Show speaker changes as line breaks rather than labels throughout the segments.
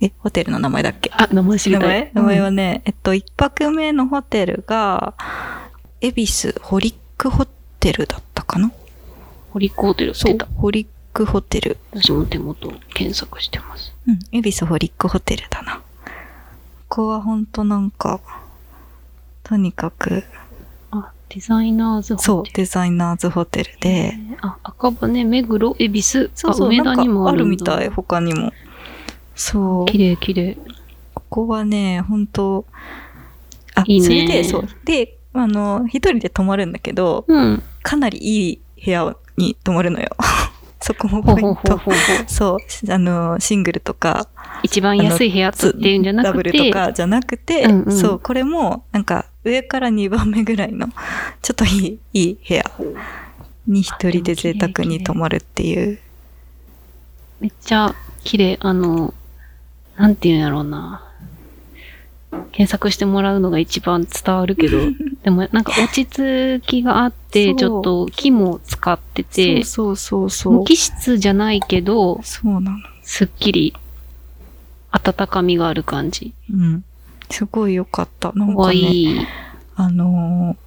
え、ホテルの名前だっけ
あ、名前知り
名
た
前
い。
名前は
うん
ね、えっと、一泊目のホテルが、恵比寿ホリックホテルだったかな
ホリコーテルって
そう
言った。。
ホリックホテル。
私も手元を検索してます。
うん、恵比寿ホリックホテルだな。ここはほんとなんか、とにかく、
あ、デザイナーズ
そ
ホ
う
テ、ル。
デザイナーズホテルで、
あ、赤羽、目黒、恵比寿、
そうそ
あ
う、
梅
なん
田にも
かあ
ある
る
ん
み
だ
たい、他にも。そう。
綺麗綺麗。
ここはね、本当あ、
いいね
それで、そう。で、あの、一人で泊まるんだけど、
うん。
かなりいい部屋に泊まるのよ。 そこも
ほう
ポイ
ほう
ン
ほう
ト。
ほうほう。
そう、しあの、シングルとか、
一番安い部屋っていうんじゃな
ダ
く
ブ
て、
ルとかじゃなくて、
うんうん
そう、これも、なんか、上から2番目ぐらいの、 ちょっといい、いい部屋に一人で贅沢に泊まるっていう。
めっちゃ綺麗。あの、なんていうんやろうな。検索してもらうのが一番伝わ るけど、でもなんか落ち着きがあっ
そ
て、
う
ちょっと木も使ってて、
そうそうそうそ
無
う。
機質じゃないけど、
そうなの。
すっきり、温かみがある感じ。
うん。すごい良かった。なん
かわ
か
い
ね、
い。
あのー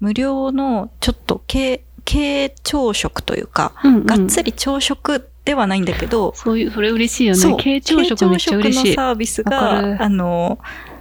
無料のちょっと軽、軽朝食というか、
うんうん
がっつり朝食ではないんだけど、
そういう、それ嬉しいよ
そう
ね。軽朝食めっちゃ嬉
軽朝
し
食の
い。
サービス
わか
が、
る
あのー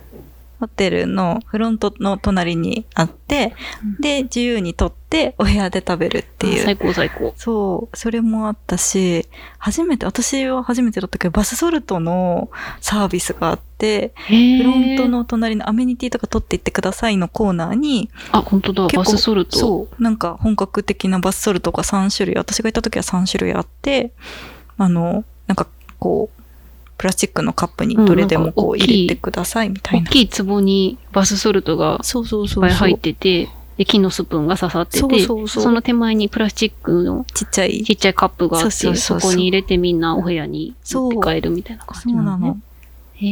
ホテルのフロントの隣にあって、
うん
で、自由に取ってお部屋で食べるっていう。
最高最高。
そう、それもあったし、初めて、私は初めてだったけど、バスソルトのサービスがあって、
フ
フロント。の隣のアメニティとか取っていってくださいのコーナーに、
あ、本当だ。
結構
バスソルト。
そう、なんか本格的なバスソルトが3種類、私が行った時は3種類あって、あの、なんかこう、プラスチックのカップにどれでもこ
う
うん
なんか大きい
入れてくださいみたい
大
な。
きい壺にバスソルトが
そうそう
いっ
そ
ぱ
う
い
そう。
入ってて、で、金のスプーンが刺さってて、
そうそうそう
の手前にプラスチックの
ちっちゃい
ち。っちゃいカップがあって、
そ
そう
そうそうそう
こに入れてみんなお部屋に持って帰るみたいな感
そ
じ
うな
のね
の。
へ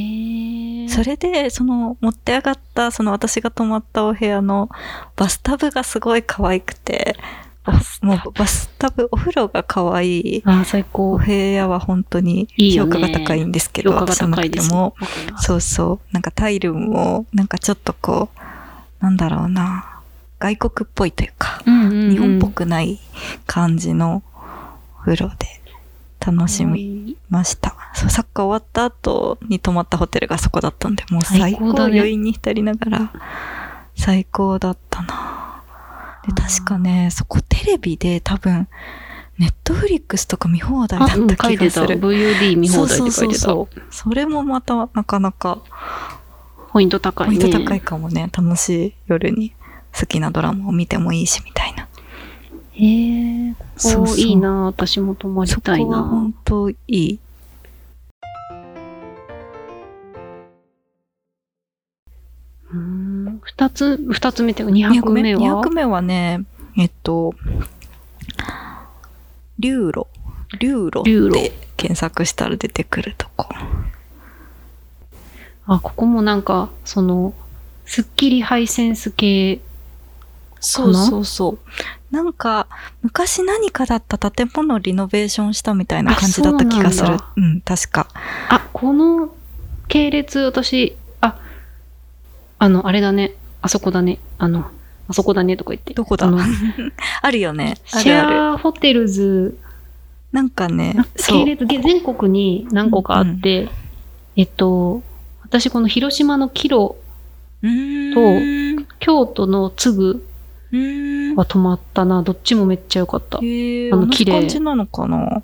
ー。
それで、その持って上がった、その私が泊まったお部屋のバスタブがすごい可愛くて、
バス
もうバスタブ、お風呂が可愛い。
あー、最
お
高。
部屋は本当に
いいよ
評
ね
価が高いんですけど、
評価が高いで
私
す。
もなく
わかり
ても
ます
そうそう。なんかタイルも、なんかちょっとこう、なんだろうな、外国っぽいというか、
うんうんうん
日本っぽくない感じのお風呂で楽しみました。そうサッカー終わった後に泊まったホテルがそこだったんで、もう最
最
高、
高だね
余韻に浸りながら、最高だったなで、
あー
確かね、そこテレビで多分、ネットフリックスとか見放題だ
あ、う
っ
ん、
た
書
気
いて
が
た。
する。
VOD 見放題って書いてた。
そうそうそうそれもまたなかなか
ポイント高
ポ
い
イン
ね。
ト高いかもね楽しい夜に好きなドラマを見てもいいしみたいな
へー。ここ
そうそう
いいな私も泊まり
そこ
た
はい
な
本当いい
うーん二つ、二つ目っていうか、二
2
泊
泊目
目は
,200 目はねえっとリューロリューロ
リュー
っ
ロ
て検索したら出てくるとこ
あ、ここもなんか、その、スッキリハイセンス系。
そうそうそうなんか昔何かだった建物をリノベーションしたみたいな感じだった気がす
あそう
る
なんだ
うん確か
あ、この系列、私、あ、あの、あれだね。あそこだね。あの、あそこだねとか言って。
どこだ
あの
あるよねあ
シ
るある
ェアホテルズ
なんかねそ
系
う
列、げ全国に何個かあって、えっと、私この広島のキロ、
うーん
京都のつぐ
うーん
は泊まったな。どっちもめっちゃ良かった。
へえ
あの
同じ
綺麗
感じなのかな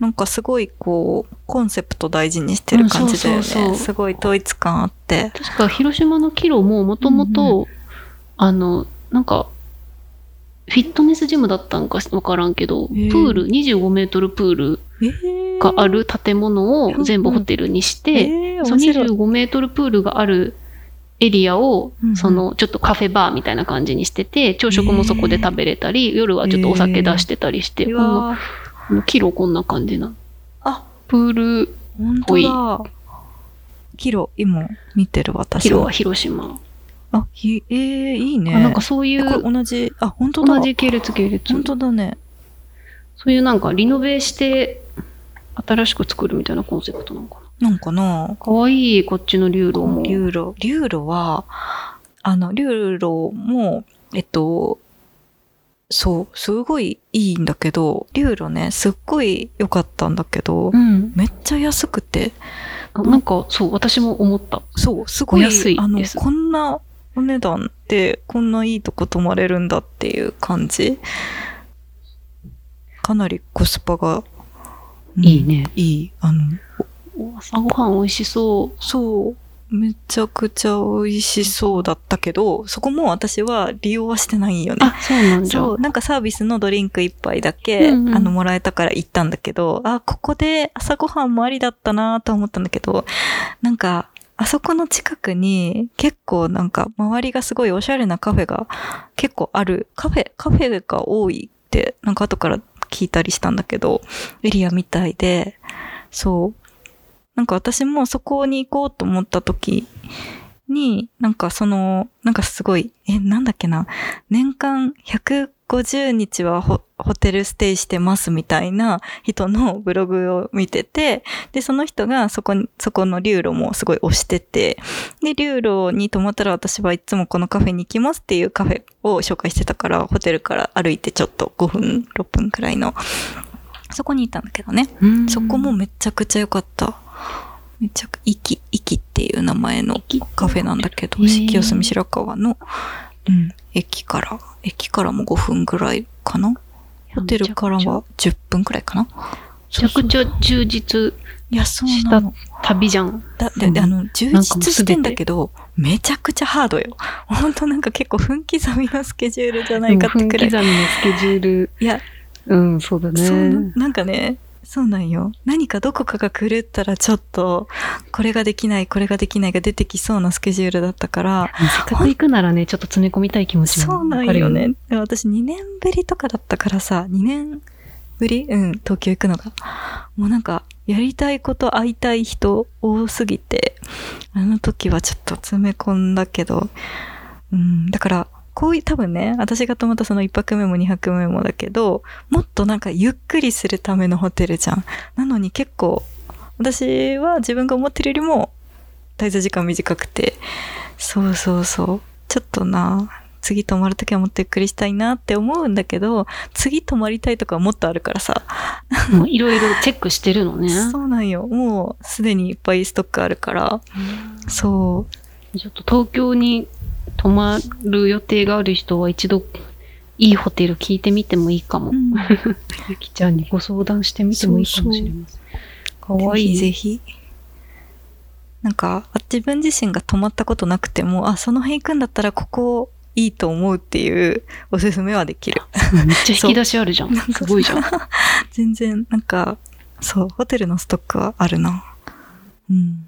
なんかすごいこうコンセプト大事にしてる感じだよね、
うんそうそうそう
すごい統一感あって
確か広島のキロももとも
うん
と、あの、なんか、フィットネスジムだったんかわからんけど、プ
へえ
ール、25メートルプールがある建物を全部ホテルにして、
え
その25メートルプールがあるエリアを
うんう、ん
その、ちょっとカフェバーみたいな感じにしてて、朝食もそこで食べれたり、夜はちょっとお酒出してたりして、こんなこのキロこんな感じな。
あ
プール、
本
ぽい
当だキロ今見てる私
キロは広島。
あひえー、いい
あ
ね
なんかそうい
えこ
う、
れ同じあ本当だ
同じ系列系列。
本当だね
そういうなんかリノベして新しく作るみたいなコンセプトなのかな。
なんかな
かわいい、こっちの流路も。
流路。流路は、あの、流路も、えっと、そう、すごいいいんだけど、流路ね、すっごい良かったんだけど、
うん。
めっちゃ安くて、
あなんか、そう、私も思った。
そう、すごい、
お安い
あの
で、す
こんなお値段で、こんないいとこ泊まれるんだっていう感じ。かなりコスパが、うん
いい。ね。
いい。あの、
お朝ごはん美味しそう。
そう。めちゃくちゃ美味しそうだったけど、そこも私は利用はしてないんよね。
あ、そうなんじゃ。
そう、なんかサービスのドリンク一杯だけ、
うんうん
あの、もらえたから行ったんだけど、あ、ここで朝ごはんもありだったなと思ったんだけど、なんか、あそこの近くに結構なんか周りがすごいおしゃれなカフェが結構ある。カフェ、カフェが多いって、なんか後から聞いたりしたんだけど、エリアみたいで、そう。なんか私もそこに行こうと思った時に、なんかその、なんかすごい、え、なんだっけな、年間150日はホホテルステイしてますみたいな人のブログを見てて、で、その人がそこに、そこの流路もすごい推してて、で、流路に泊まったら私はいつもこのカフェに行きますっていうカフェを紹介してたから、ホテルから歩いてちょっと5分、6分くらいの、そこにいたんだけどね。
うん
そこもめちゃくちゃ良かった。めちゃく、イキ、イキっていう名前の
イキって
カフェなんだけど
へ、ー
し清澄白河の、うん、駅から、駅からも5分ぐらいかな。ホテルからは10分くらいかな。
めちゃくちゃ充実
いや、そうなの。
旅じゃん。
だで
うん
あの、充実してんだけど、めちゃくちゃハードよ。ほんとなんか結構分刻みのスケジュールじゃないかってくらい。
分刻みのスケジュール。
いや、
うん、そうだ
そうな
ね。
なんかねそうなんよ何かどこかが狂ったらちょっとこれができないこれができないが出てきそうなスケジュールだったから
せっかく行くならね、ちょっと詰め込みたい気持ちも
そうなんよね。で私2年ぶりとかだったからさ2年ぶりうん東京行くのがもうなんかやりたいこと会いたい人多すぎてあの時はちょっと詰め込んだけどうんだからこういう多分ね私が泊まったその1泊目も2泊目もだけどもっとなんかゆっくりするためのホテルじゃんなのに結構私は自分が思ってるよりも滞在時間短くてそうそうそうちょっとな次泊まるときはもっとゆっくりしたいなって思うんだけど次泊まりたいとかもっとあるからさ、
もういろいろチェックしてるのね。
そうなんよもうすでにいっぱいストックあるからそ
ちょっと東京に泊まる予定がある人は一度、いいホテル聞いてみてもいいかも。
う、うん、
ゆきちゃんにご相談してみてもいいかもしれません。かわいい。
ぜひぜひなんかあ自分自身が泊まったことなくてもあその辺行くんだったらここいいと思うっていうおすすめはできる
うんめっちゃ引き出しあるじゃん。
そう
すごいじゃん。
全然なんかそうホテルのストックはあるなうん